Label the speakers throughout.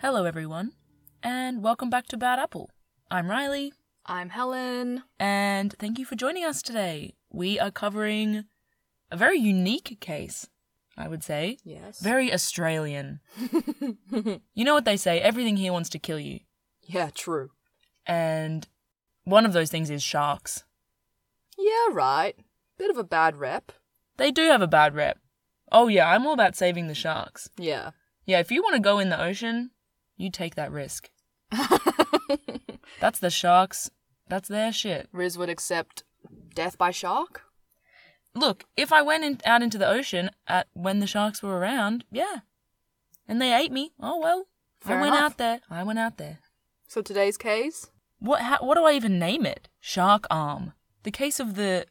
Speaker 1: Hello, everyone, and welcome back to Bad Apple. I'm Riley,
Speaker 2: I'm Helen.
Speaker 1: and thank you for joining us today. We are covering a very unique case, I would say.
Speaker 2: Yes.
Speaker 1: Very Australian. You know what they say everything here wants to kill you.
Speaker 2: yeah, true.
Speaker 1: And one of those things is sharks.
Speaker 2: Yeah, right. Bit of a bad rep.
Speaker 1: They do have a bad rep. Oh, yeah, I'm all about saving the sharks.
Speaker 2: Yeah.
Speaker 1: Yeah, if you want to go in the ocean, you take that risk. That's the sharks. That's their shit.
Speaker 2: Riz would accept death by shark?
Speaker 1: Look, if I went in, out into the ocean at when the sharks were around, yeah, and they ate me. Oh well, I
Speaker 2: Fair
Speaker 1: went
Speaker 2: enough.
Speaker 1: out there. I went out there.
Speaker 2: So today's case?
Speaker 1: What? How, what do I even name it? Shark arm. The case of the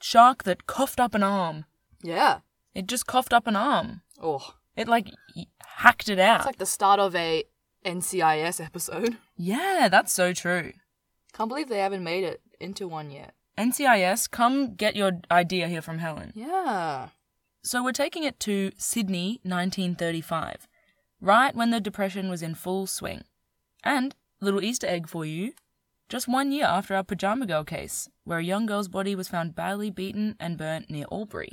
Speaker 1: shark that coughed up an arm.
Speaker 2: Yeah.
Speaker 1: It just coughed up an arm.
Speaker 2: Oh.
Speaker 1: It like y- hacked it out.
Speaker 2: It's like the start of a NCIS episode.
Speaker 1: yeah, that's so true.
Speaker 2: Can't believe they haven't made it into one yet.
Speaker 1: NCIS, come get your idea here from Helen.
Speaker 2: Yeah.
Speaker 1: So we're taking it to Sydney, 1935, right when the Depression was in full swing. And, little Easter egg for you, just one year after our Pajama Girl case, where a young girl's body was found badly beaten and burnt near Albury,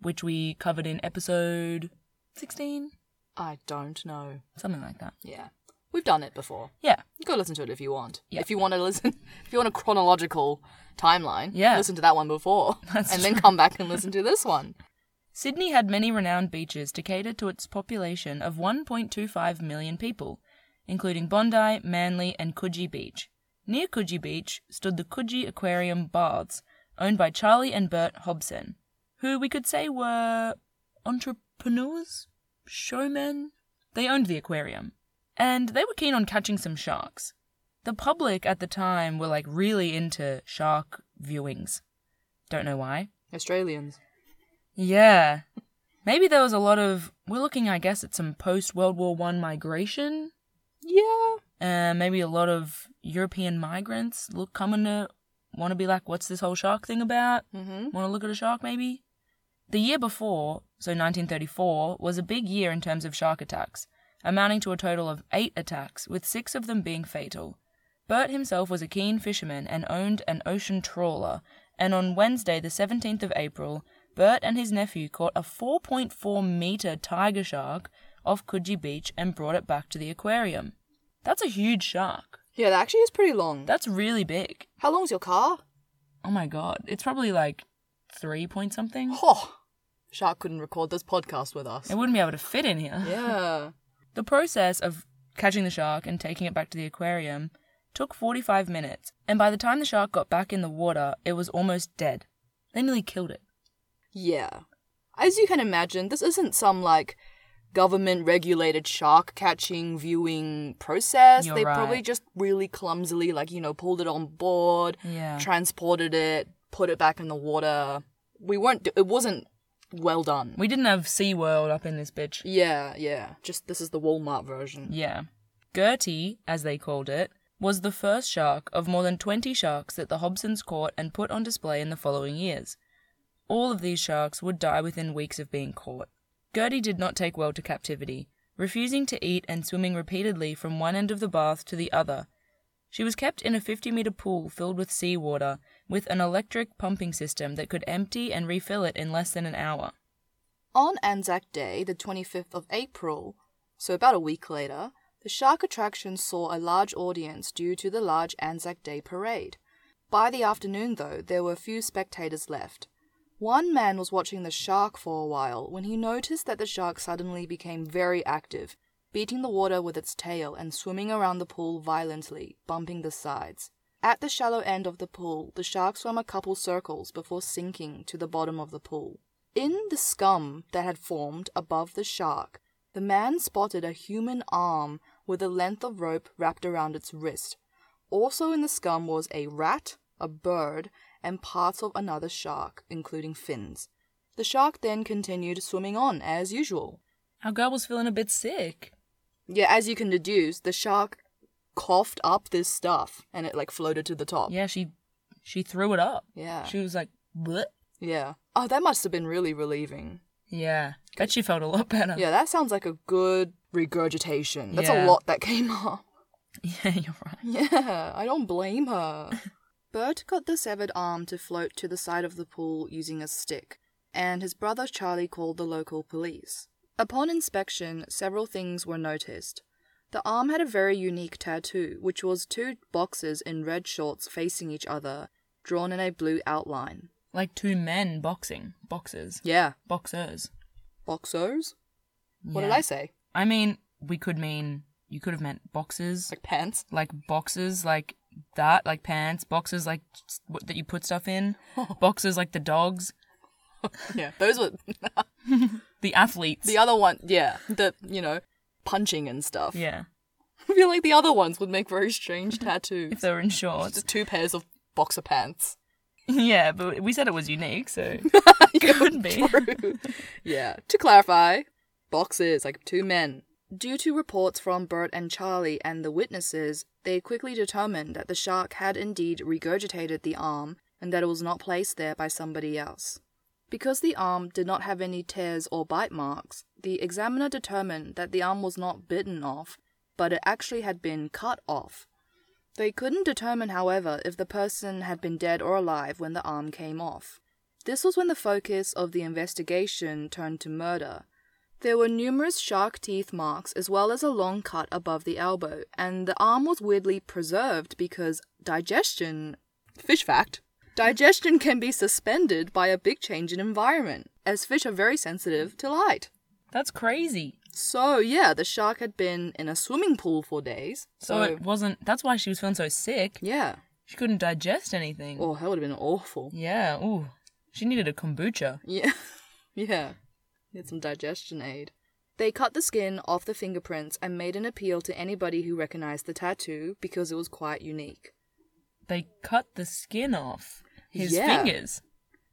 Speaker 1: which we covered in episode 16,
Speaker 2: I don't know.
Speaker 1: something like that.
Speaker 2: Yeah. We've done it before.
Speaker 1: Yeah,
Speaker 2: Go listen to it if you want.
Speaker 1: Yeah.
Speaker 2: If you want to listen, if you want a chronological timeline,
Speaker 1: Yeah.
Speaker 2: listen to that one before,
Speaker 1: That's
Speaker 2: and then come back and listen to this one.
Speaker 1: Sydney had many renowned beaches to cater to its population of 1.25 million people, including Bondi, Manly, and Coogee Beach. Near Coogee Beach stood the Coogee Aquarium Baths, owned by Charlie and Bert Hobson, who we could say were entrepreneurs, showmen. They owned the aquarium, and they were keen on catching some sharks. The public at the time were like really into shark viewings. Don't know why.
Speaker 2: Australians.
Speaker 1: Yeah. Maybe there was a lot of we're looking, I guess, at some post World War One migration.
Speaker 2: Yeah.
Speaker 1: Uh, maybe a lot of European migrants look coming to want to be like, what's this whole shark thing about?
Speaker 2: Mm-hmm.
Speaker 1: Want to look at a shark, maybe? The year before, so 1934, was a big year in terms of shark attacks, amounting to a total of eight attacks, with six of them being fatal. Bert himself was a keen fisherman and owned an ocean trawler, and on Wednesday, the 17th of April, Bert and his nephew caught a 4.4 metre tiger shark off Coogee Beach and brought it back to the aquarium. That's a huge shark.
Speaker 2: Yeah, that actually is pretty long.
Speaker 1: That's really big.
Speaker 2: How long's your car?
Speaker 1: Oh my god. It's probably like three point something.
Speaker 2: Oh, Shark couldn't record this podcast with us.
Speaker 1: Mm. It wouldn't be able to fit in here.
Speaker 2: Yeah.
Speaker 1: The process of catching the shark and taking it back to the aquarium took 45 minutes, and by the time the shark got back in the water, it was almost dead. They nearly killed it.
Speaker 2: Yeah. As you can imagine, this isn't some like government regulated shark catching viewing process.
Speaker 1: You're
Speaker 2: they
Speaker 1: right.
Speaker 2: probably just really clumsily like, you know, pulled it on board,
Speaker 1: Yeah.
Speaker 2: transported it, put it back in the water. We weren't it wasn't well done.
Speaker 1: we didn't have SeaWorld up in this bitch.
Speaker 2: yeah, yeah. Just this is the Walmart version.
Speaker 1: Yeah. Gertie, as they called it, was the first shark of more than 20 sharks that the Hobsons caught and put on display in the following years. All of these sharks would die within weeks of being caught. Gertie did not take well to captivity, refusing to eat and swimming repeatedly from one end of the bath to the other. She was kept in a 50 meter pool filled with seawater with an electric pumping system that could empty and refill it in less than an hour.
Speaker 2: On Anzac Day, the 25th of April, so about a week later, the shark attraction saw a large audience due to the large Anzac Day parade. By the afternoon, though, there were few spectators left. One man was watching the shark for a while when he noticed that the shark suddenly became very active, beating the water with its tail and swimming around the pool violently, bumping the sides. At the shallow end of the pool, the shark swam a couple circles before sinking to the bottom of the pool. In the scum that had formed above the shark, the man spotted a human arm with a length of rope wrapped around its wrist. Also in the scum was a rat, a bird, and parts of another shark, including fins. The shark then continued swimming on as usual.
Speaker 1: Our girl was feeling a bit sick.
Speaker 2: Yeah, as you can deduce, the shark coughed up this stuff and it like floated to the top.
Speaker 1: Yeah, she she threw it up.
Speaker 2: Yeah.
Speaker 1: She was like, "Bleh."
Speaker 2: Yeah. Oh, that must have been really relieving.
Speaker 1: Yeah. Bet she felt a lot better.
Speaker 2: Yeah, that sounds like a good regurgitation. That's
Speaker 1: Yeah.
Speaker 2: a lot that came up.
Speaker 1: Yeah, you're right.
Speaker 2: Yeah, I don't blame her. Bert got the severed arm to float to the side of the pool using a stick, and his brother Charlie called the local police. Upon inspection, several things were noticed. The arm had a very unique tattoo, which was two boxes in red shorts facing each other, drawn in a blue outline.
Speaker 1: Like two men boxing. Boxers.
Speaker 2: Yeah,
Speaker 1: Boxers.
Speaker 2: boxers? What did
Speaker 1: Yeah.
Speaker 2: I say?
Speaker 1: I mean, we could mean, you could have meant boxes.
Speaker 2: Like pants?
Speaker 1: Like boxes, like that, like pants. Boxes, like s- what- that you put stuff in. Boxes, like the dogs.
Speaker 2: Yeah, those were
Speaker 1: The athletes.
Speaker 2: the other one. Yeah, the, you know, punching and stuff.
Speaker 1: yeah.
Speaker 2: I feel like the other ones would make very strange tattoos.
Speaker 1: If they were in
Speaker 2: It's
Speaker 1: shorts.
Speaker 2: just two pairs of boxer pants.
Speaker 1: yeah, but we said it was unique, so. Could be.
Speaker 2: True. yeah. To clarify, boxers, like two men. Due to reports from Bert and Charlie and the witnesses, they quickly determined that the shark had indeed regurgitated the arm and that it was not placed there by somebody else. Because the arm did not have any tears or bite marks, the examiner determined that the arm was not bitten off, but it actually had been cut off. They couldn't determine, however, if the person had been dead or alive when the arm came off. This was when the focus of the investigation turned to murder. There were numerous shark teeth marks as well as a long cut above the elbow, and the arm was weirdly preserved because digestion. Fish fact. Digestion can be suspended by a big change in environment, as fish are very sensitive to light.
Speaker 1: That's crazy.
Speaker 2: So, yeah, the shark had been in a swimming pool for days.
Speaker 1: So
Speaker 2: So,
Speaker 1: it wasn't. That's why she was feeling so sick.
Speaker 2: yeah.
Speaker 1: She couldn't digest anything.
Speaker 2: Oh, that would have been awful.
Speaker 1: Yeah. Ooh. She needed a kombucha.
Speaker 2: Yeah. yeah. Need some digestion aid. They cut the skin off the fingerprints and made an appeal to anybody who recognized the tattoo because it was quite unique.
Speaker 1: They cut the skin off his
Speaker 2: Yeah.
Speaker 1: fingers.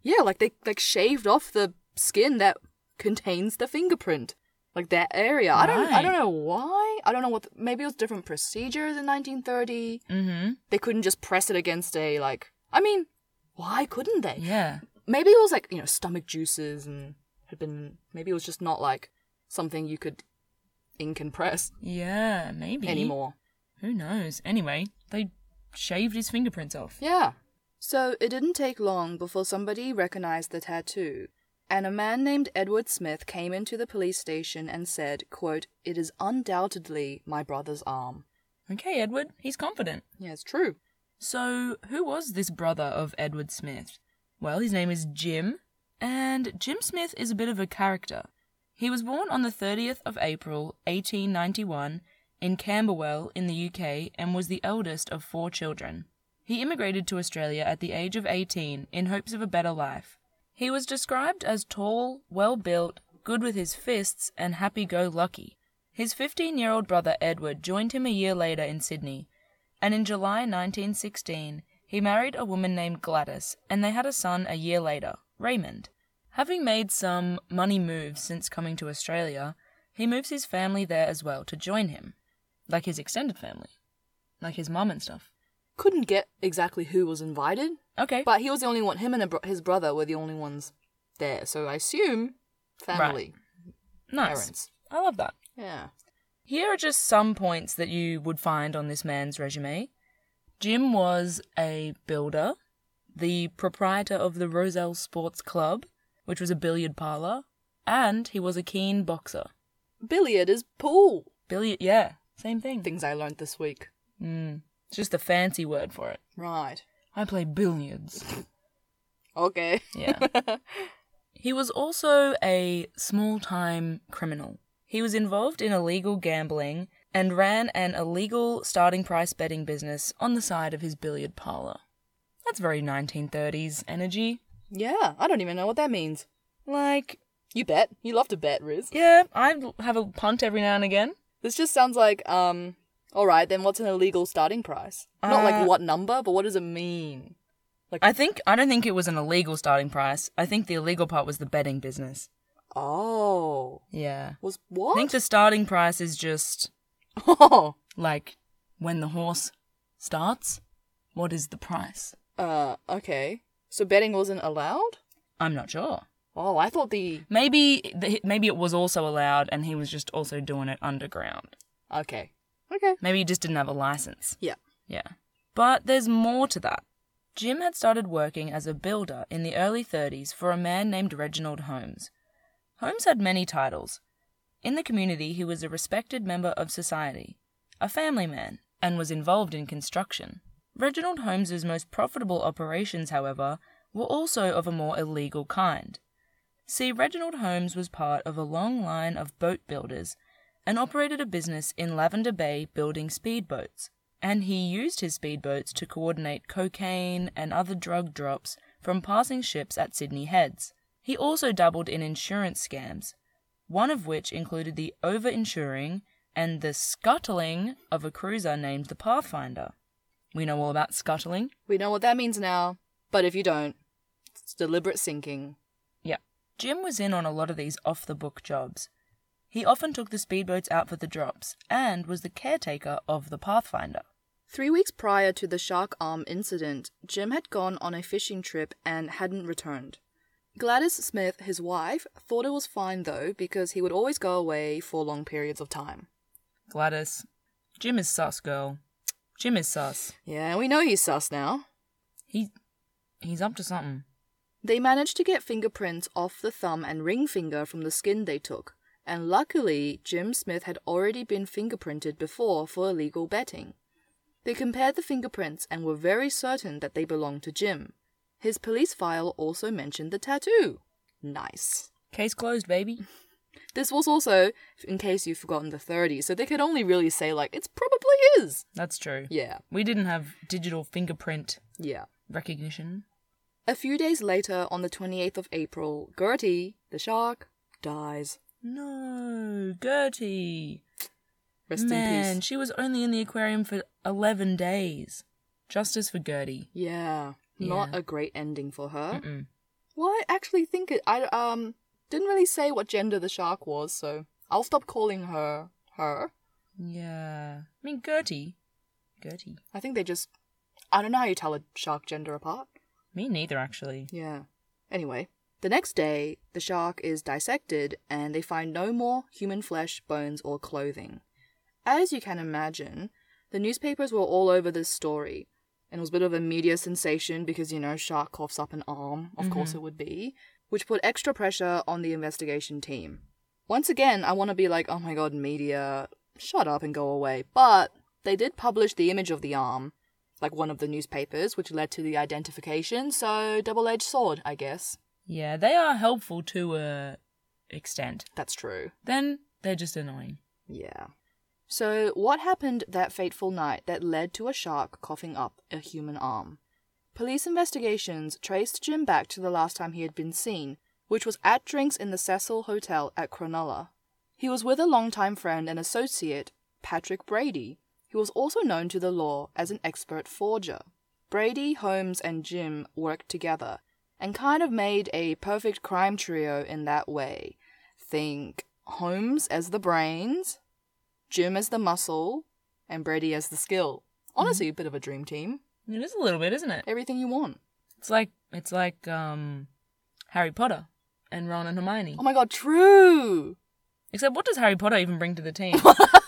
Speaker 2: Yeah, like they like shaved off the skin that contains the fingerprint. Like that area. I don't I
Speaker 1: Right.
Speaker 2: don't know why. I don't know what the, maybe it was different procedures in 1930.
Speaker 1: Mm-hmm.
Speaker 2: They couldn't just press it against a like I mean, why couldn't they?
Speaker 1: Yeah.
Speaker 2: maybe it was like you know stomach juices and had been maybe it was just not like something you could ink and press
Speaker 1: Yeah. Maybe.
Speaker 2: anymore
Speaker 1: Who knows? Anyway, they shaved his fingerprints off.
Speaker 2: yeah so it didn't take long before somebody recognized the tattoo and a man named edward smith came into the police station and said quote it is undoubtedly my brother's arm
Speaker 1: Okay, Edward. He's confident.
Speaker 2: yeah it's true
Speaker 1: So, who was this brother of Edward Smith? Well, his name is Jim, and Jim Smith is a bit of a character. He was born on the 30th of April, 1891, in Camberwell, in the UK, and was the eldest of four children. He immigrated to Australia at the age of 18 in hopes of a better life. He was described as tall, well built, good with his fists, and happy go lucky. His 15 year old brother Edward joined him a year later in Sydney, and in July 1916, he married a woman named Gladys, and they had a son a year later, Raymond. Having made some money moves since coming to Australia, he moves his family there as well to join him, like his extended family, like his mum and stuff.
Speaker 2: couldn't get exactly who was invited
Speaker 1: Okay.
Speaker 2: but he was the only one him and a bro- his brother were the only ones there so i assume family
Speaker 1: nice.
Speaker 2: parents
Speaker 1: I love that.
Speaker 2: yeah
Speaker 1: Here are just some points that you would find on this man's resume. Jim was a builder, the proprietor of the Roselle Sports Club, which was a billiard parlor, and he was a keen boxer.
Speaker 2: billiard is pool.
Speaker 1: Billiard, yeah, same thing.
Speaker 2: Things I learned this week.
Speaker 1: Mm, it's just a fancy word for it.
Speaker 2: Right.
Speaker 1: I play billiards.
Speaker 2: Okay.
Speaker 1: Yeah. he was also a small time criminal. He was involved in illegal gambling and ran an illegal starting price betting business on the side of his billiard parlor. That's very 1930s energy.
Speaker 2: Yeah, I don't even know what that means.
Speaker 1: Like,
Speaker 2: You bet. You love to bet, Riz.
Speaker 1: yeah, I have a punt every now and again.
Speaker 2: This just sounds like um. All right, then what's an illegal starting price? Not
Speaker 1: Uh,
Speaker 2: like what number, but what does it mean?
Speaker 1: I think I don't think it was an illegal starting price. I think the illegal part was the betting business.
Speaker 2: Oh,
Speaker 1: Yeah.
Speaker 2: was
Speaker 1: I think
Speaker 2: what?
Speaker 1: the starting price is just
Speaker 2: oh,
Speaker 1: like when the horse starts, what is the price?
Speaker 2: uh, okay. So betting wasn't allowed.
Speaker 1: I'm not sure.
Speaker 2: Oh, I thought the.
Speaker 1: Maybe the, maybe it was also allowed, and he was just also doing it underground.
Speaker 2: Okay. Okay.
Speaker 1: Maybe he just didn't have a license.
Speaker 2: Yeah.
Speaker 1: Yeah. But there's more to that. Jim had started working as a builder in the early 30s for a man named Reginald Holmes. Holmes had many titles. In the community, he was a respected member of society, a family man, and was involved in construction. Reginald Holmes's most profitable operations, however, were also of a more illegal kind. See, Reginald Holmes was part of a long line of boat builders and operated a business in Lavender Bay building speedboats, and he used his speedboats to coordinate cocaine and other drug drops from passing ships at Sydney Heads. He also dabbled in insurance scams, one of which included the over-insuring and the scuttling of a cruiser named the Pathfinder. We know all about scuttling.
Speaker 2: We know what that means now, but if you don't, it's deliberate sinking.
Speaker 1: Yeah. Jim was in on a lot of these off the book jobs. He often took the speedboats out for the drops and was the caretaker of the Pathfinder.
Speaker 2: Three weeks prior to the shark arm incident, Jim had gone on a fishing trip and hadn't returned. Gladys Smith, his wife, thought it was fine though because he would always go away for long periods of time.
Speaker 1: Gladys. Jim is sus, girl. Jim is sus.
Speaker 2: Yeah, we know he's sus now.
Speaker 1: He, he's up to something.
Speaker 2: They managed to get fingerprints off the thumb and ring finger from the skin they took, and luckily, Jim Smith had already been fingerprinted before for illegal betting. They compared the fingerprints and were very certain that they belonged to Jim. His police file also mentioned the tattoo. Nice.
Speaker 1: Case closed, baby.
Speaker 2: This was also, in case you've forgotten the 30s, so they could only really say, like, it's probably his.
Speaker 1: That's true.
Speaker 2: Yeah,
Speaker 1: We didn't have digital fingerprint
Speaker 2: yeah.
Speaker 1: recognition.
Speaker 2: A few days later, on the 28th of April, Gertie, the shark, dies.
Speaker 1: No, Gertie.
Speaker 2: Rest
Speaker 1: Man,
Speaker 2: in peace.
Speaker 1: she was only in the aquarium for 11 days. Justice for Gertie.
Speaker 2: Yeah, not
Speaker 1: Yeah.
Speaker 2: a great ending for her.
Speaker 1: Mm-mm.
Speaker 2: Well, I actually think it. I um didn't really say what gender the shark was, so I'll stop calling her her.
Speaker 1: Yeah. I mean, Gertie. Gertie.
Speaker 2: I think they just. I don't know how you tell a shark gender apart.
Speaker 1: Me neither, actually.
Speaker 2: Yeah. Anyway, the next day, the shark is dissected and they find no more human flesh, bones, or clothing. As you can imagine, the newspapers were all over this story. And it was a bit of a media sensation because, you know, shark coughs up an arm. Of course it would be. Which put extra pressure on the investigation team. Once again, I want to be like, oh my god, media, shut up and go away. But they did publish the image of the arm like one of the newspapers, which led to the identification. So, double edged sword, I guess.
Speaker 1: Yeah, they are helpful to a extent.
Speaker 2: That's true.
Speaker 1: Then they're just annoying.
Speaker 2: Yeah. So, what happened that fateful night that led to a shark coughing up a human arm? Police investigations traced Jim back to the last time he had been seen, which was at drinks in the Cecil Hotel at Cronulla. He was with a longtime friend and associate, Patrick Brady, who was also known to the law as an expert forger. Brady, Holmes, and Jim worked together and kind of made a perfect crime trio in that way. Think Holmes as the brains, Jim as the muscle, and Brady as the skill. Honestly, a bit of a dream team.
Speaker 1: It is a little bit, isn't it?
Speaker 2: Everything you want.
Speaker 1: It's like it's like um, Harry Potter and Ron and Hermione.
Speaker 2: Oh my god, true!
Speaker 1: Except, what does Harry Potter even bring to the team?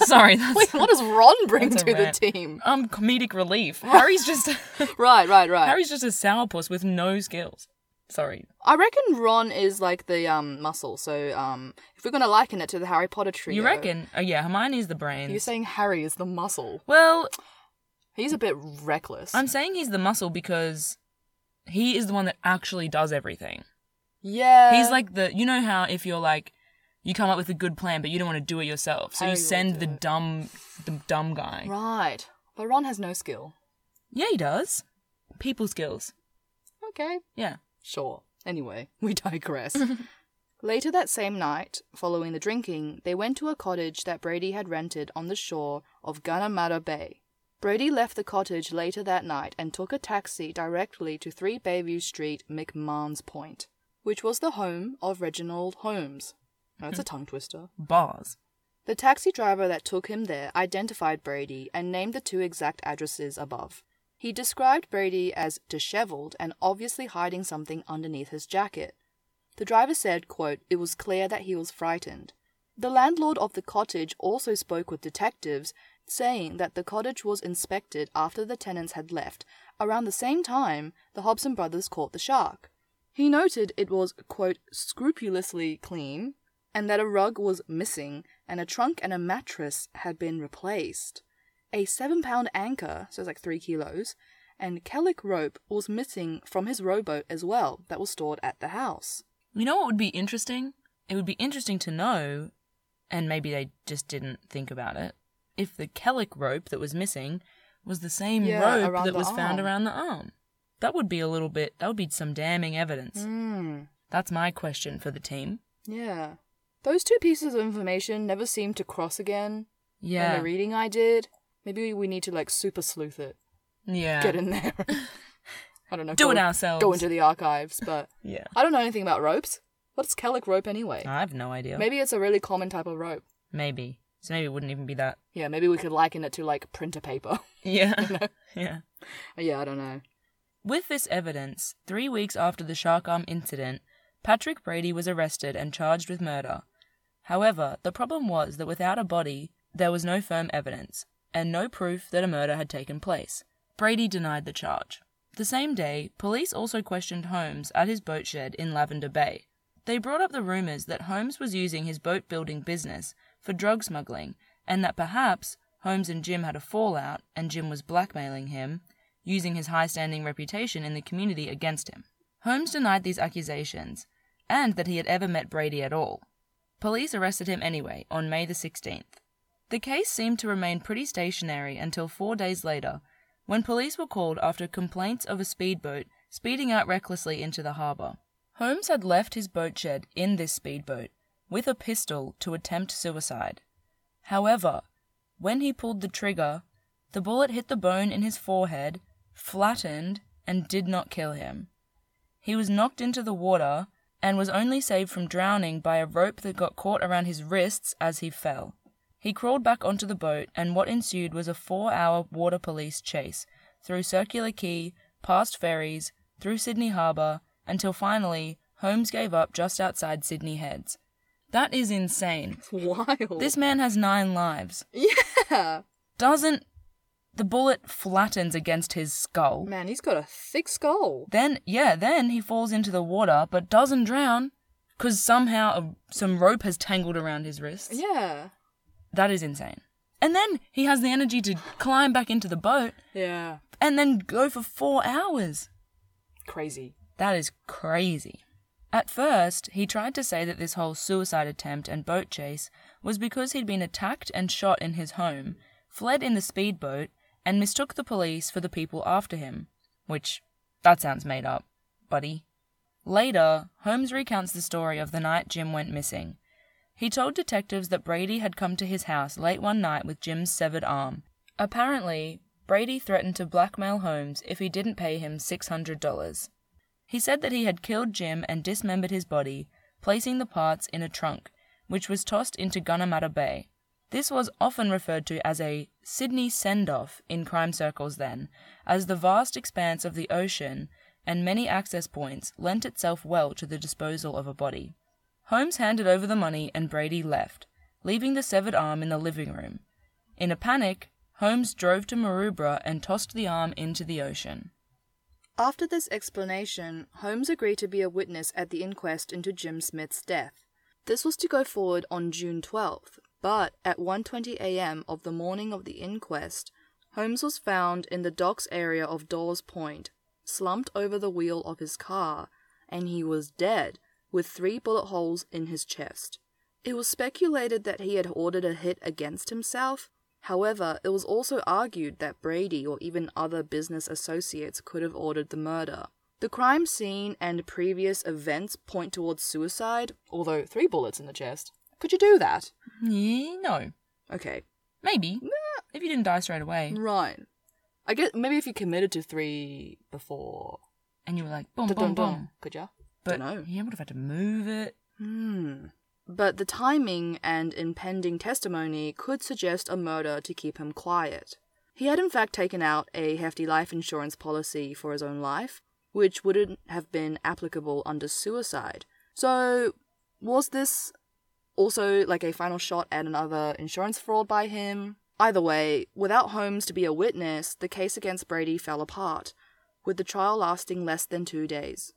Speaker 1: Sorry, that's
Speaker 2: Wait, what does Ron bring
Speaker 1: That's
Speaker 2: to
Speaker 1: a
Speaker 2: the
Speaker 1: rant.
Speaker 2: team?
Speaker 1: um comedic relief. Harry's just
Speaker 2: Right, right, right.
Speaker 1: Harry's just a sourpuss with no skills. Sorry.
Speaker 2: I reckon Ron is like the um muscle. So um, if we're gonna liken it to the Harry Potter trio,
Speaker 1: You reckon? Oh yeah, Hermione's the brains.
Speaker 2: You're saying Harry is the muscle.
Speaker 1: well,
Speaker 2: He's a bit reckless.
Speaker 1: I'm saying he's the muscle because he is the one that actually does everything.
Speaker 2: yeah.
Speaker 1: He's like the you know how if you're like you come up with a good plan but you don't want to do it yourself, so
Speaker 2: Harry
Speaker 1: you
Speaker 2: will do
Speaker 1: send the
Speaker 2: it.
Speaker 1: dumb the dumb guy.
Speaker 2: right, but Ron has no skill.
Speaker 1: Yeah, he does. People skills.
Speaker 2: Okay.
Speaker 1: Yeah.
Speaker 2: Sure. Anyway, we digress. Later that same night, following the drinking, they went to a cottage that Brady had rented on the shore of Ganamada Bay. Brady left the cottage later that night and took a taxi directly to 3 Bayview Street, McMahon's Point, which was the home of Reginald Holmes. That's a tongue twister.
Speaker 1: Bars.
Speaker 2: The taxi driver that took him there identified Brady and named the two exact addresses above. He described Brady as disheveled and obviously hiding something underneath his jacket. The driver said, quote, it was clear that he was frightened. The landlord of the cottage also spoke with detectives, saying that the cottage was inspected after the tenants had left, around the same time the Hobson brothers caught the shark. He noted it was, quote, scrupulously clean, and that a rug was missing and a trunk and a mattress had been replaced. A seven pound anchor, so it's like three kilos, and Kellic rope was missing from his rowboat as well that was stored at the house.
Speaker 1: You know what would be interesting? It would be interesting to know, and maybe they just didn't think about it, if the Kellic rope that was missing was the same
Speaker 2: Yeah,
Speaker 1: rope
Speaker 2: around
Speaker 1: that
Speaker 2: the
Speaker 1: was found
Speaker 2: arm.
Speaker 1: around the arm. That would be a little bit, that would be some damning evidence.
Speaker 2: Hmm.
Speaker 1: That's my question for the team.
Speaker 2: Yeah. Those two pieces of information never seemed to cross again. In
Speaker 1: Yeah.
Speaker 2: the reading I did. Maybe we need to like super sleuth it.
Speaker 1: yeah.
Speaker 2: Get in there. I don't know.
Speaker 1: Do
Speaker 2: go,
Speaker 1: it ourselves.
Speaker 2: Go into the archives, but
Speaker 1: Yeah.
Speaker 2: I don't know anything about ropes. What's Kellic rope anyway?
Speaker 1: I have no idea. Maybe.
Speaker 2: Maybe it's a really common type of rope.
Speaker 1: So maybe it wouldn't even be that.
Speaker 2: Yeah, maybe we could liken it to like printer paper.
Speaker 1: Yeah. yeah.
Speaker 2: yeah, I don't know.
Speaker 1: With this evidence, three weeks after the shark arm incident, Patrick Brady was arrested and charged with murder. However, the problem was that without a body, there was no firm evidence, and no proof that a murder had taken place. Brady denied the charge. The same day, police also questioned Holmes at his boat shed in Lavender Bay. They brought up the rumors that Holmes was using his boat building business for drug smuggling, and that perhaps Holmes and Jim had a fallout and Jim was blackmailing him, using his high standing reputation in the community against him. Holmes denied these accusations and that he had ever met Brady at all. Police arrested him anyway on May the 16th. The case seemed to remain pretty stationary until four days later, when police were called after complaints of a speedboat speeding out recklessly into the harbour. Holmes had left his boat shed in this speedboat with a pistol to attempt suicide. However, when he pulled the trigger, the bullet hit the bone in his forehead, flattened, and did not kill him. He was knocked into the water and was only saved from drowning by a rope that got caught around his wrists as he fell. He crawled back onto the boat, and what ensued was a four hour water police chase through Circular Quay, past ferries, through Sydney Harbour, until finally Holmes gave up just outside Sydney Heads. That is insane.
Speaker 2: Wild.
Speaker 1: This man has nine lives.
Speaker 2: Yeah.
Speaker 1: Doesn't. The bullet flattens against his skull.
Speaker 2: Man, he's got a thick skull.
Speaker 1: Then, yeah, then he falls into the water but doesn't drown because somehow a, some rope has tangled around his wrists.
Speaker 2: Yeah.
Speaker 1: That is insane. And then he has the energy to climb back into the boat
Speaker 2: Yeah.
Speaker 1: and then go for four hours.
Speaker 2: Crazy.
Speaker 1: That is crazy. At first, he tried to say that this whole suicide attempt and boat chase was because he'd been attacked and shot in his home, fled in the speedboat, and mistook the police for the people after him. Which, that sounds made up, buddy. Later, Holmes recounts the story of the night Jim went missing. He told detectives that Brady had come to his house late one night with Jim's severed arm. Apparently, Brady threatened to blackmail Holmes if he didn't pay him $600. He said that he had killed Jim and dismembered his body, placing the parts in a trunk, which was tossed into Gunnamatta Bay. This was often referred to as a Sydney send off in crime circles then, as the vast expanse of the ocean and many access points lent itself well to the disposal of a body. Holmes handed over the money and Brady left, leaving the severed arm in the living room. In a panic, Holmes drove to Maroubra and tossed the arm into the ocean.
Speaker 2: After this explanation, Holmes agreed to be a witness at the inquest into Jim Smith's death. This was to go forward on June 12th, but at 1:20 a.m. of the morning of the inquest, Holmes was found in the docks area of Dawes Point, slumped over the wheel of his car, and he was dead with 3 bullet holes in his chest. It was speculated that he had ordered a hit against himself. However, it was also argued that Brady or even other business associates could have ordered the murder. The crime scene and previous events point towards suicide, although three bullets in the chest. Could you do that?
Speaker 1: Ye- No,
Speaker 2: Okay.
Speaker 1: Maybe. If you didn't die straight away
Speaker 2: Right. I guess maybe if you committed to three before.
Speaker 1: and you were like, boom, boom,
Speaker 2: Dun-dun-dun.
Speaker 1: boom.
Speaker 2: Could ya?
Speaker 1: But
Speaker 2: Dunno.
Speaker 1: yeah, would have had to move it.
Speaker 2: Hmm. But the timing and impending testimony could suggest a murder to keep him quiet. He had, in fact, taken out a hefty life insurance policy for his own life, which wouldn't have been applicable under suicide, So, was this also like a final shot at another insurance fraud by him? Either way, without Holmes to be a witness, the case against Brady fell apart, with the trial lasting less than two days.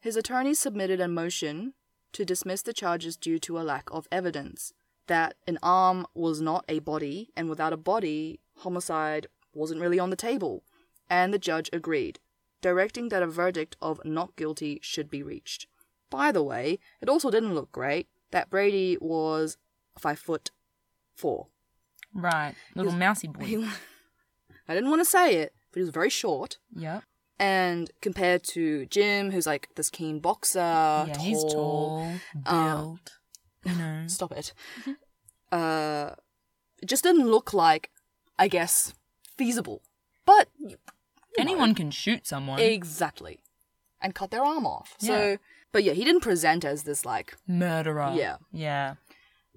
Speaker 2: His attorney submitted a motion to dismiss the charges due to a lack of evidence that an arm was not a body, and without a body, homicide wasn't really on the table. And the judge agreed, directing that a verdict of not guilty should be reached. By the way, it also didn't look great that Brady was five foot four.
Speaker 1: Right. Little mousy boy.
Speaker 2: He- I didn't want to say it, but he was very short.
Speaker 1: Yep.
Speaker 2: And compared to Jim, who's like this keen boxer,
Speaker 1: yeah, he's tall,
Speaker 2: um,
Speaker 1: built, you know.
Speaker 2: stop it. Uh, it just didn't look like, I guess, feasible. But
Speaker 1: Anyone can shoot someone.
Speaker 2: exactly, and cut their arm off.
Speaker 1: Yeah.
Speaker 2: So, but yeah, he didn't present as this like.
Speaker 1: Murderer.
Speaker 2: Yeah.
Speaker 1: Yeah.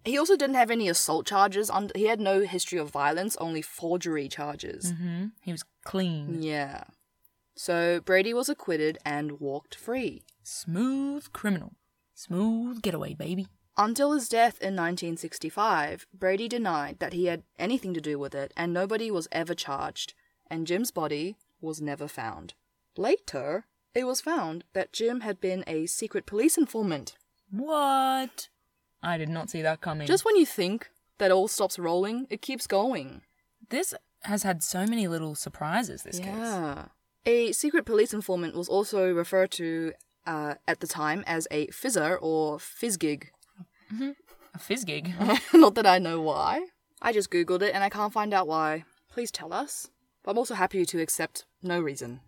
Speaker 2: He also didn't have any assault charges. Under he had no history of violence, only forgery charges.
Speaker 1: hmm He was clean.
Speaker 2: Yeah. So Brady was acquitted and walked free
Speaker 1: Smooth criminal. Smooth getaway, baby.
Speaker 2: until his death in 1965. Brady denied that he had anything to do with it, and nobody was ever charged. And Jim's body was never found. Later, it was found that Jim had been a secret police informant.
Speaker 1: What? I did not see that coming.
Speaker 2: Just when you think that all stops rolling, it keeps going.
Speaker 1: this has had so many little surprises. This case.
Speaker 2: yeah. A secret police informant was also referred to uh, at the time as a fizzer or fizzgig.
Speaker 1: A fizz gig.
Speaker 2: Not that I know why. I just googled it and I can't find out why. Please tell us. But I'm also happy to accept no reason.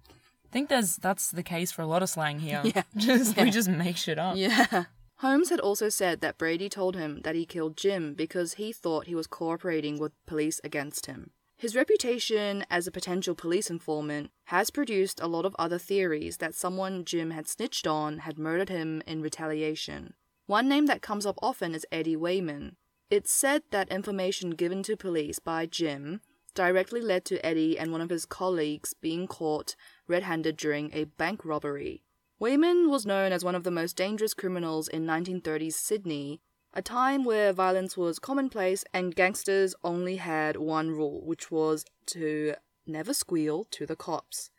Speaker 1: I think there's that's the case for a lot of slang here.
Speaker 2: Yeah.
Speaker 1: Just we just make shit up.
Speaker 2: Yeah. Holmes had also said that Brady told him that he killed Jim because he thought he was cooperating with police against him. His reputation as a potential police informant has produced a lot of other theories that someone Jim had snitched on had murdered him in retaliation. One name that comes up often is Eddie Wayman. It's said that information given to police by Jim directly led to Eddie and one of his colleagues being caught red handed during a bank robbery. Wayman was known as one of the most dangerous criminals in 1930s Sydney, a time where violence was commonplace and gangsters only had one rule, which was to never squeal to the cops.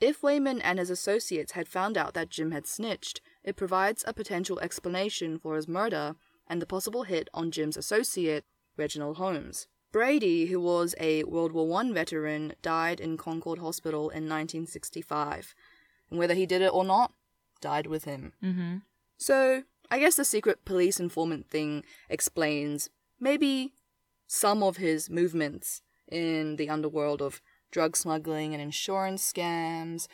Speaker 2: If Wayman and his associates had found out that Jim had snitched, it provides a potential explanation for his murder and the possible hit on Jim's associate, Reginald Holmes. Brady, who was a World War I veteran, died in Concord Hospital in 1965. And whether he did it or not, died with him.
Speaker 1: Mm-hmm.
Speaker 2: So, I guess the secret police informant thing explains maybe some of his movements in the underworld of drug smuggling and insurance scams.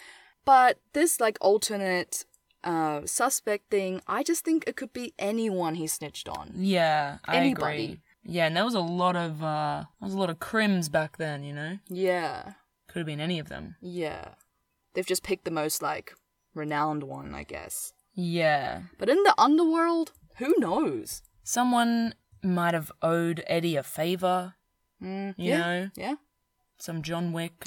Speaker 2: But this, like, alternate uh, suspect thing, I just think it could be anyone he snitched on.
Speaker 1: Yeah. I
Speaker 2: Anybody.
Speaker 1: agree. Yeah, and there was a lot of uh there was a lot of crims back then, you know?
Speaker 2: Yeah,
Speaker 1: Could have been any of them.
Speaker 2: yeah. They've just picked the most, like, renowned one, I guess.
Speaker 1: Yeah.
Speaker 2: But in the underworld, who knows?
Speaker 1: Someone might have owed Eddie a favor,
Speaker 2: Mm,
Speaker 1: you
Speaker 2: yeah,
Speaker 1: know?
Speaker 2: yeah.
Speaker 1: Some John Wick.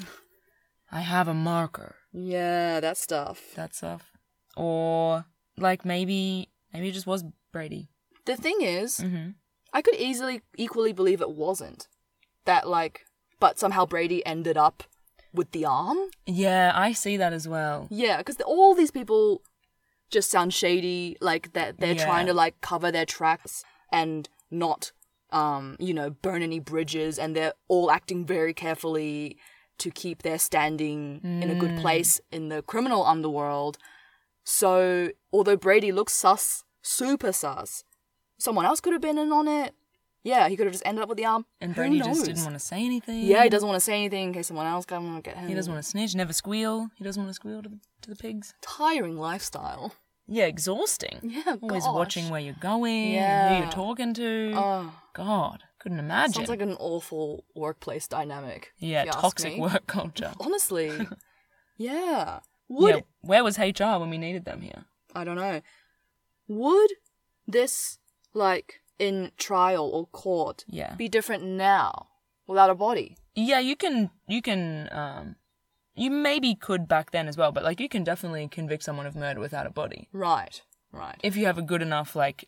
Speaker 1: I have a marker.
Speaker 2: Yeah, that stuff.
Speaker 1: That stuff. Or like maybe maybe it just was Brady.
Speaker 2: The thing is,
Speaker 1: Mm-hmm.
Speaker 2: I could easily equally believe it wasn't. That like but somehow Brady ended up with the arm?
Speaker 1: Yeah, I see that as well.
Speaker 2: Yeah, cuz all these people just sound shady like that they're
Speaker 1: Yeah.
Speaker 2: trying to like cover their tracks and not um you know burn any bridges and they're all acting very carefully to keep their standing in a
Speaker 1: Mm.
Speaker 2: good place in the criminal underworld. So, although Brady looks sus, super sus, someone else could have been in on it. Yeah, he could have just ended up with the arm.
Speaker 1: And
Speaker 2: Who
Speaker 1: Brady just
Speaker 2: knows?
Speaker 1: didn't want to say anything.
Speaker 2: Yeah, he doesn't want to say anything in case someone else can want to get him.
Speaker 1: He doesn't want to snitch, never squeal. He doesn't want to squeal to the, to the pigs.
Speaker 2: tiring lifestyle.
Speaker 1: Yeah, exhausting.
Speaker 2: Yeah,
Speaker 1: Always
Speaker 2: gosh.
Speaker 1: watching where you're going, and who
Speaker 2: Yeah.
Speaker 1: you're talking to.
Speaker 2: Oh,
Speaker 1: God, couldn't imagine.
Speaker 2: sounds like an awful workplace dynamic. if
Speaker 1: yeah,
Speaker 2: you ask
Speaker 1: toxic
Speaker 2: me.
Speaker 1: work culture.
Speaker 2: Honestly, yeah. Would
Speaker 1: yeah, where was HR when we needed them here?
Speaker 2: I don't know. Would this like in trial or court
Speaker 1: Yeah.
Speaker 2: be different now without a body?
Speaker 1: Yeah, you can, you can, um, you maybe could back then as well, but like you can definitely convict someone of murder without a body.
Speaker 2: Right. Right.
Speaker 1: if you have a good enough like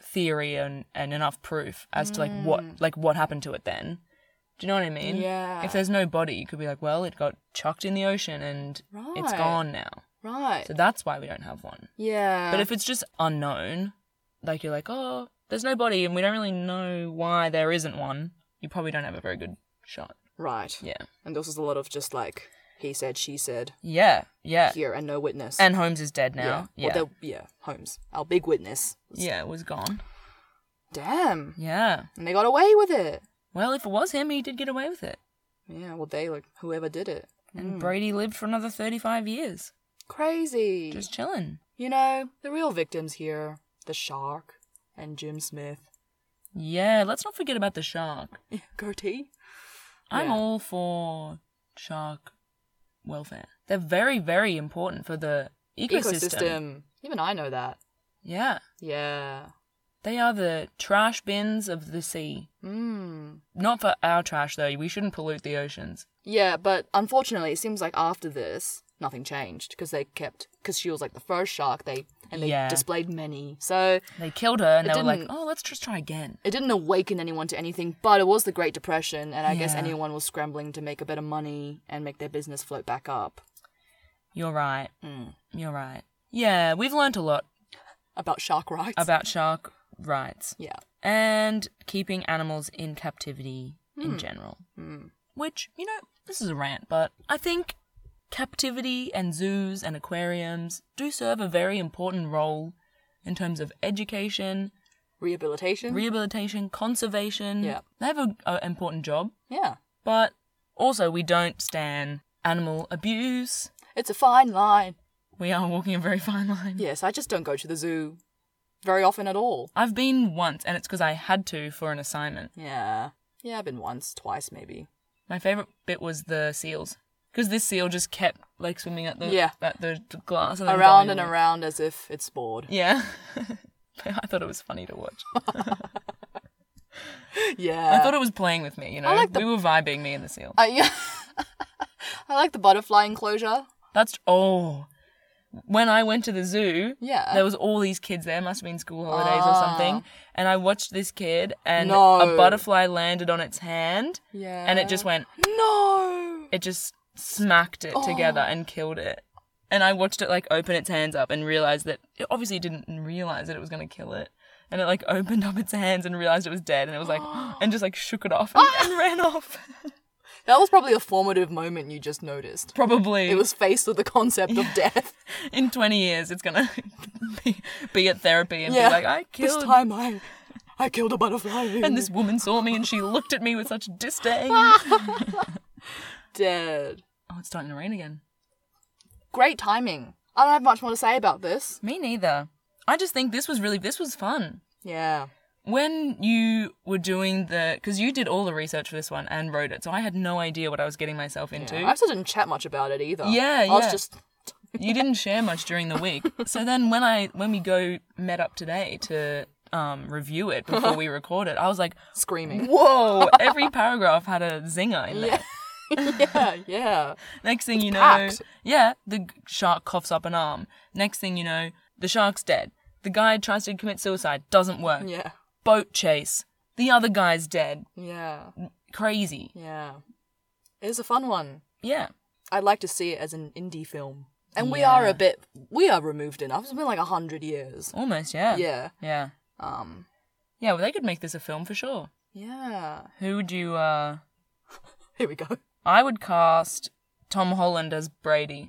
Speaker 1: theory and, and enough proof as to like what
Speaker 2: Mm.
Speaker 1: like what happened to it then do you know what i mean
Speaker 2: Yeah.
Speaker 1: if there's no body you could be like well it got chucked in the ocean and it's
Speaker 2: Right.
Speaker 1: gone now
Speaker 2: Right.
Speaker 1: so that's why we don't have one
Speaker 2: yeah.
Speaker 1: but if it's just unknown like you're like oh there's no body and we don't really know why there isn't one you probably don't have a very good shot
Speaker 2: right.
Speaker 1: yeah
Speaker 2: And this is a lot of just like he said, she said,
Speaker 1: yeah yeah
Speaker 2: here and no witness.
Speaker 1: and holmes is dead now
Speaker 2: yeah.
Speaker 1: yeah
Speaker 2: Well, they- yeah. Holmes, our big witness.
Speaker 1: yeah it was gone
Speaker 2: Damn.
Speaker 1: yeah
Speaker 2: And they got away with it.
Speaker 1: well if it was him he did get away with it
Speaker 2: Yeah. Well, they like whoever did it.
Speaker 1: And Brady lived for another 35 years.
Speaker 2: Crazy.
Speaker 1: Just chilling.
Speaker 2: you know the real victims here: the shark and Jim Smith.
Speaker 1: Yeah, let's not forget about the shark.
Speaker 2: Goatee.
Speaker 1: I'm
Speaker 2: Yeah.
Speaker 1: all for shark welfare. They're very, very important for the ecosystem.
Speaker 2: Ecosystem. Even I know that.
Speaker 1: Yeah.
Speaker 2: Yeah.
Speaker 1: They are the trash bins of the sea.
Speaker 2: Mm.
Speaker 1: Not for our trash, though. We shouldn't pollute the oceans.
Speaker 2: Yeah, but unfortunately, it seems like after this, nothing changed because they kept because she was like the first shark they and they
Speaker 1: Yeah.
Speaker 2: displayed many, so
Speaker 1: They killed her and
Speaker 2: It
Speaker 1: they were like,
Speaker 2: didn't-
Speaker 1: oh, let's just try again.
Speaker 2: it didn't awaken anyone to anything. But it was the Great Depression, and I guess
Speaker 1: Yeah.
Speaker 2: anyone was scrambling to make a bit of money and make their business float back up.
Speaker 1: You're right.
Speaker 2: Mm.
Speaker 1: You're right. Yeah, we've learnt a lot
Speaker 2: About shark rights.
Speaker 1: about shark rights.
Speaker 2: yeah.
Speaker 1: and keeping animals in captivity in general.
Speaker 2: Mm.
Speaker 1: Which, you know, this is a rant, but I think captivity and zoos and aquariums do serve a very important role in terms of education,
Speaker 2: Rehabilitation.
Speaker 1: rehabilitation, conservation.
Speaker 2: Yeah.
Speaker 1: They have an important job,
Speaker 2: yeah.
Speaker 1: but also we don't stand animal abuse.
Speaker 2: It's a fine line.
Speaker 1: We are walking a very fine line.
Speaker 2: Yes, I just don't go to the zoo very often at all.
Speaker 1: I've been once, and it's because I had to for an assignment.
Speaker 2: Yeah. Yeah, I've been once, twice maybe.
Speaker 1: My favorite bit was the seals because this seal just kept like swimming at the
Speaker 2: Yeah.
Speaker 1: at the glass and then
Speaker 2: Around
Speaker 1: going
Speaker 2: and
Speaker 1: away.
Speaker 2: around as if it's bored.
Speaker 1: Yeah, I thought it was funny to watch.
Speaker 2: Yeah.
Speaker 1: I thought it was playing with me. You know,
Speaker 2: like the-
Speaker 1: we were vibing me and the seal.
Speaker 2: I, yeah. I like the butterfly enclosure.
Speaker 1: That's oh, when I went to the zoo.
Speaker 2: Yeah. Ah.
Speaker 1: There was all these kids there, must have been school holidays or something. And I watched this kid and
Speaker 2: No.
Speaker 1: a butterfly landed on its hand
Speaker 2: yeah.
Speaker 1: and it just went
Speaker 2: No.
Speaker 1: it just smacked it together
Speaker 2: Oh.
Speaker 1: and killed it. And I watched it like open its hands up and realized that it obviously didn't realize that it was going to kill it. And it like opened up its hands and realized it was dead and it was like, and just like shook it off and,
Speaker 2: Ah!
Speaker 1: and ran off.
Speaker 2: That was probably a formative moment you just noticed.
Speaker 1: Probably
Speaker 2: It was faced with the concept of death.
Speaker 1: in 20 years, it's going to be, be at therapy and
Speaker 2: Yeah.
Speaker 1: be like, I
Speaker 2: This
Speaker 1: killed.
Speaker 2: time I I killed a butterfly.
Speaker 1: And this woman saw me and she looked at me with such disdain.
Speaker 2: Ah! dead.
Speaker 1: oh, it's starting to rain again.
Speaker 2: Great timing. I don't have much more to say about this.
Speaker 1: Me neither. I just think this was really, this was fun.
Speaker 2: Yeah.
Speaker 1: when you were doing the because you did all the research for this one and wrote it so i had no idea what i was getting myself into
Speaker 2: I also didn't chat much about it either.
Speaker 1: Yeah,
Speaker 2: I was
Speaker 1: yeah.
Speaker 2: just
Speaker 1: you didn't share much during the week so then when i when we go met up today to um, review it before we record it i was like
Speaker 2: screaming.
Speaker 1: whoa every paragraph had a zinger in there
Speaker 2: Yeah. yeah, yeah.
Speaker 1: next thing you know
Speaker 2: packed.
Speaker 1: yeah the g- shark coughs up an arm next thing you know the shark's dead the guy tries to commit suicide doesn't work
Speaker 2: Yeah.
Speaker 1: boat chase the other guy's dead
Speaker 2: Yeah.
Speaker 1: crazy
Speaker 2: Yeah. It was a fun one.
Speaker 1: yeah
Speaker 2: I'd like to see it as an indie film. And we are
Speaker 1: Yeah.
Speaker 2: a bit we are removed enough. It's been like a hundred years.
Speaker 1: almost yeah
Speaker 2: Yeah.
Speaker 1: Yeah.
Speaker 2: Um
Speaker 1: Yeah, well, they could make this a film for sure.
Speaker 2: Yeah.
Speaker 1: Who would you, uh.
Speaker 2: Here we go.
Speaker 1: I would cast Tom Holland as Brady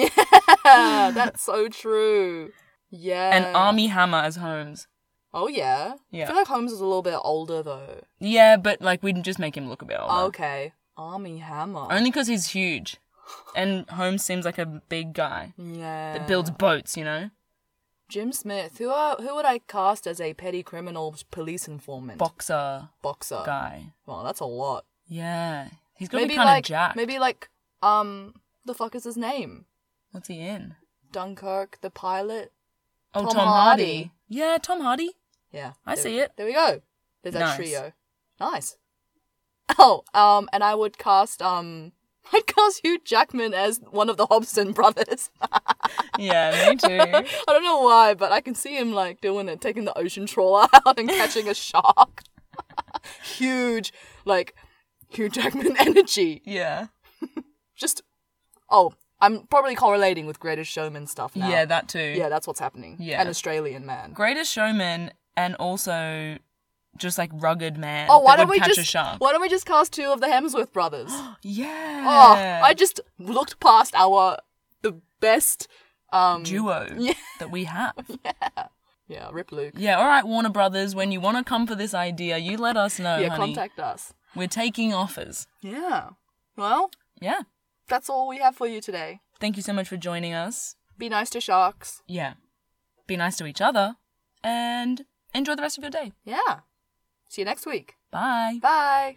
Speaker 2: Yeah. That's so true. Yeah.
Speaker 1: and Army Hammer as Holmes.
Speaker 2: Oh yeah.
Speaker 1: Yeah.
Speaker 2: I feel like Holmes is a little bit older though.
Speaker 1: Yeah, but, like, we'd just make him look a bit older.
Speaker 2: Okay. Army Hammer.
Speaker 1: Only because he's huge. And Holmes seems like a big guy
Speaker 2: yeah.
Speaker 1: that builds boats, you know?
Speaker 2: Jim Smith. Who are who would I cast as a petty criminal police informant?
Speaker 1: Boxer
Speaker 2: Boxer.
Speaker 1: guy.
Speaker 2: Well, that's a lot.
Speaker 1: Yeah. He's gonna
Speaker 2: Maybe
Speaker 1: be kind of
Speaker 2: like
Speaker 1: jacked.
Speaker 2: maybe like um the fuck is his name?
Speaker 1: What's he in?
Speaker 2: Dunkirk, the pilot.
Speaker 1: Oh,
Speaker 2: Tom
Speaker 1: Tom,
Speaker 2: Hardy.
Speaker 1: Hardy. Yeah, Tom Hardy.
Speaker 2: Yeah.
Speaker 1: I
Speaker 2: there-
Speaker 1: see it.
Speaker 2: There we go. There's that
Speaker 1: Nice.
Speaker 2: trio. Nice. Oh, um, and I would cast um I cast Hugh Jackman as one of the Hobson brothers.
Speaker 1: Yeah, me too.
Speaker 2: I don't know why, but I can see him like doing it, taking the ocean trawler out and catching a shark. Huge, like Hugh Jackman energy.
Speaker 1: yeah.
Speaker 2: Just oh, I'm probably correlating with Greatest Showman stuff now.
Speaker 1: Yeah, that too.
Speaker 2: yeah, that's what's happening.
Speaker 1: Yeah.
Speaker 2: an Australian man.
Speaker 1: Greatest Showman and also just like rugged man.
Speaker 2: Oh, why
Speaker 1: that
Speaker 2: don't
Speaker 1: would
Speaker 2: we
Speaker 1: catch
Speaker 2: just
Speaker 1: a shark?
Speaker 2: why don't we just cast two of the Hemsworth brothers?
Speaker 1: Yeah.
Speaker 2: Oh, I just looked past our the best. Um,
Speaker 1: duo
Speaker 2: Yeah.
Speaker 1: that we have.
Speaker 2: yeah, Rip Luke.
Speaker 1: Yeah, all right, Warner Brothers, when you want to come for this idea, you let us know,
Speaker 2: yeah,
Speaker 1: honey.
Speaker 2: contact us.
Speaker 1: We're taking offers.
Speaker 2: Yeah. Well,
Speaker 1: Yeah.
Speaker 2: that's all we have for you today.
Speaker 1: Thank you so much for joining us.
Speaker 2: Be nice to sharks.
Speaker 1: Yeah. Be nice to each other and enjoy the rest of your day.
Speaker 2: Yeah. See you next week.
Speaker 1: Bye.
Speaker 2: Bye.